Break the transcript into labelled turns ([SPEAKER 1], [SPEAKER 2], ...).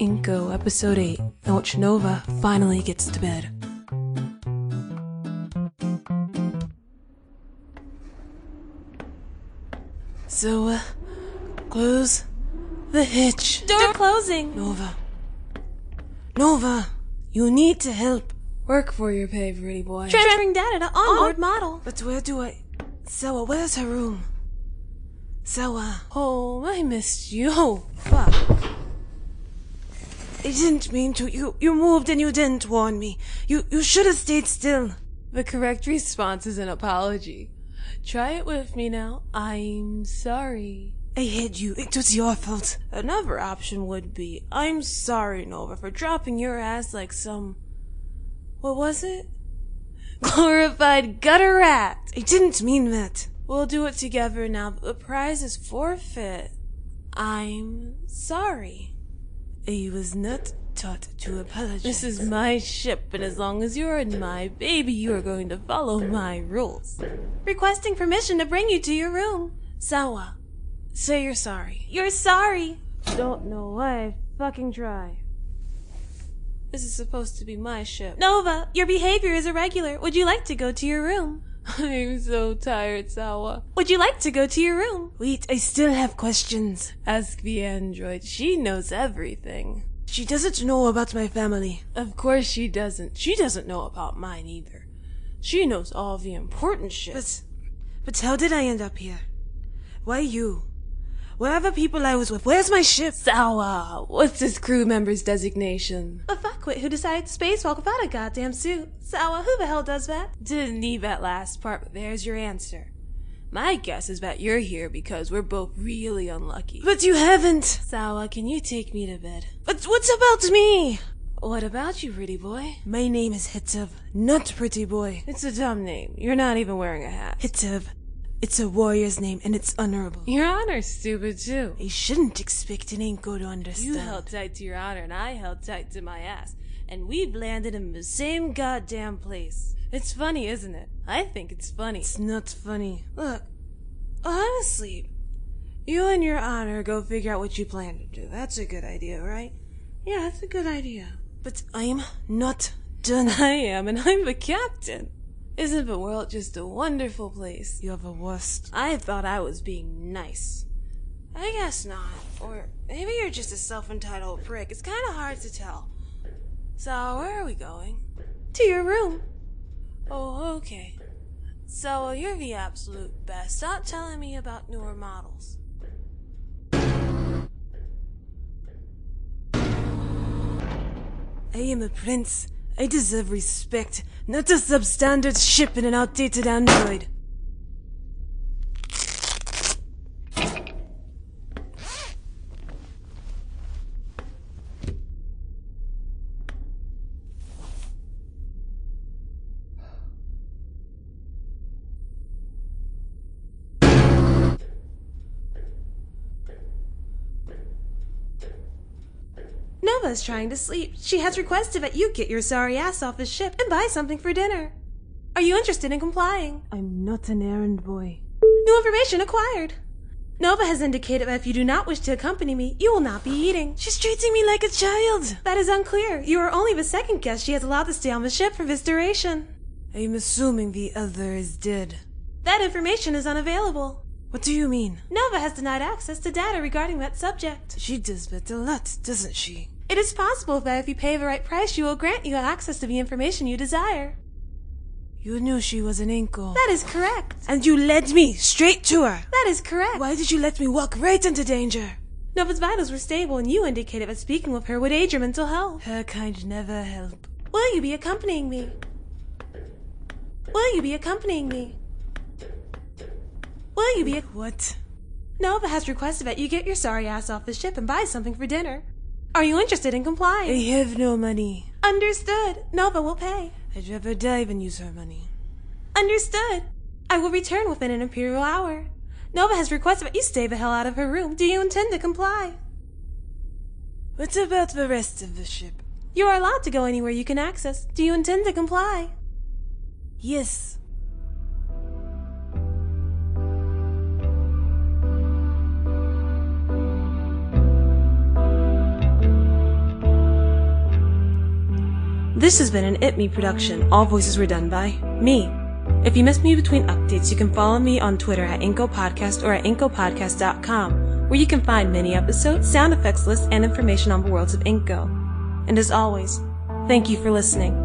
[SPEAKER 1] Inko, Episode 8, in which Nova finally gets to bed. So, uh, close the hitch.
[SPEAKER 2] Door closing.
[SPEAKER 1] Nova. Nova, you need to help. Work for your pay, pretty boy.
[SPEAKER 2] Transferring data to onboard model.
[SPEAKER 1] But where do I. Sawa, where's her room? Sawa. Oh, I missed you. Oh, fuck. I didn't mean to. You you moved and you didn't warn me. You you should have stayed still.
[SPEAKER 3] The correct response is an apology. Try it with me now. I'm sorry.
[SPEAKER 1] I hit you. It was your fault. Another option would be I'm sorry, Nova, for dropping your ass like some. What was it?
[SPEAKER 3] Glorified gutter rat!
[SPEAKER 1] I didn't mean that.
[SPEAKER 3] We'll do it together now, but the prize is forfeit. I'm sorry.
[SPEAKER 1] I was not taught to apologize.
[SPEAKER 3] This is my ship, and as long as you're in my baby, you are going to follow my rules.
[SPEAKER 2] Requesting permission to bring you to your room.
[SPEAKER 3] Sawa, say you're sorry.
[SPEAKER 2] You're sorry.
[SPEAKER 3] Don't know why I fucking try. This is supposed to be my ship.
[SPEAKER 2] Nova, your behavior is irregular. Would you like to go to your room?
[SPEAKER 3] I'm so tired, Sawa.
[SPEAKER 2] Would you like to go to your room?
[SPEAKER 1] Wait, I still have questions.
[SPEAKER 3] Ask the android. She knows everything.
[SPEAKER 1] She doesn't know about my family.
[SPEAKER 3] Of course she doesn't. She doesn't know about mine either. She knows all the important shit.
[SPEAKER 1] But, but how did I end up here? Why you? Where are the people I was with? Where's my ship?
[SPEAKER 3] Sawa, what's this crew member's designation?
[SPEAKER 2] A fuckwit who decided to spacewalk without a goddamn suit. Sawa, who the hell does that?
[SPEAKER 3] Didn't need that last part, but there's your answer. My guess is that you're here because we're both really unlucky.
[SPEAKER 1] But you haven't.
[SPEAKER 3] Sawa, can you take me to bed?
[SPEAKER 1] But what's about me?
[SPEAKER 3] What about you, pretty boy?
[SPEAKER 1] My name is Hitsev, not Pretty Boy.
[SPEAKER 3] It's a dumb name. You're not even wearing a hat.
[SPEAKER 1] Hitsev, it's a warrior's name and it's honorable.
[SPEAKER 3] Your honor's stupid too.
[SPEAKER 1] I shouldn't expect an Inko to understand.
[SPEAKER 3] You held tight to your honor and I held tight to my ass. And we've landed in the same goddamn place. It's funny, isn't it? I think it's funny.
[SPEAKER 1] It's not funny. Look, honestly, you and your honor go figure out what you plan to do. That's a good idea, right? Yeah, that's a good idea. But I'm not done.
[SPEAKER 3] I am, and I'm the captain. Isn't the world just a wonderful place?
[SPEAKER 1] You're the worst.
[SPEAKER 3] I thought I was being nice.
[SPEAKER 1] I guess not. Or maybe you're just a self entitled prick. It's kind of hard to tell. So, where are we going?
[SPEAKER 3] To your room.
[SPEAKER 1] Oh, okay. So, you're the absolute best. Stop telling me about newer models. I am a prince. I deserve respect, not a substandard ship and an outdated android.
[SPEAKER 2] Nova's trying to sleep. She has requested that you get your sorry ass off the ship and buy something for dinner. Are you interested in complying?
[SPEAKER 1] I'm not an errand boy.
[SPEAKER 2] New information acquired. Nova has indicated that if you do not wish to accompany me, you will not be eating.
[SPEAKER 1] She's treating me like a child.
[SPEAKER 2] That is unclear. You are only the second guest she has allowed to stay on the ship for this duration.
[SPEAKER 1] I'm assuming the other is dead.
[SPEAKER 2] That information is unavailable.
[SPEAKER 1] What do you mean?
[SPEAKER 2] Nova has denied access to data regarding that subject.
[SPEAKER 1] She does that a lot, doesn't she?
[SPEAKER 2] It is possible that if you pay the right price, she will grant you access to the information you desire.
[SPEAKER 1] You knew she was an Inko.
[SPEAKER 2] That is correct.
[SPEAKER 1] And you led me straight to her.
[SPEAKER 2] That is correct.
[SPEAKER 1] Why did you let me walk right into danger?
[SPEAKER 2] Nova's vitals were stable, and you indicated that speaking with her would aid your mental health.
[SPEAKER 1] Her kind never help.
[SPEAKER 2] Will you be accompanying me? Will you be accompanying me? Will you be ac-
[SPEAKER 1] What?
[SPEAKER 2] Nova has requested that you get your sorry ass off the ship and buy something for dinner. Are you interested in
[SPEAKER 1] I
[SPEAKER 2] complying?
[SPEAKER 1] have no money.
[SPEAKER 2] Understood. Nova will pay.
[SPEAKER 1] I'd rather die than use her money.
[SPEAKER 2] Understood. I will return within an imperial hour. Nova has requested that you stay the hell out of her room. Do you intend to comply?
[SPEAKER 1] What about the rest of the ship?
[SPEAKER 2] You are allowed to go anywhere you can access. Do you intend to comply?
[SPEAKER 1] Yes. This has been an It Me production. All voices were done by me. If you miss me between updates, you can follow me on Twitter at Inco Podcast or at IncoPodcast.com, where you can find mini episodes, sound effects lists, and information on the worlds of Inco. And as always, thank you for listening.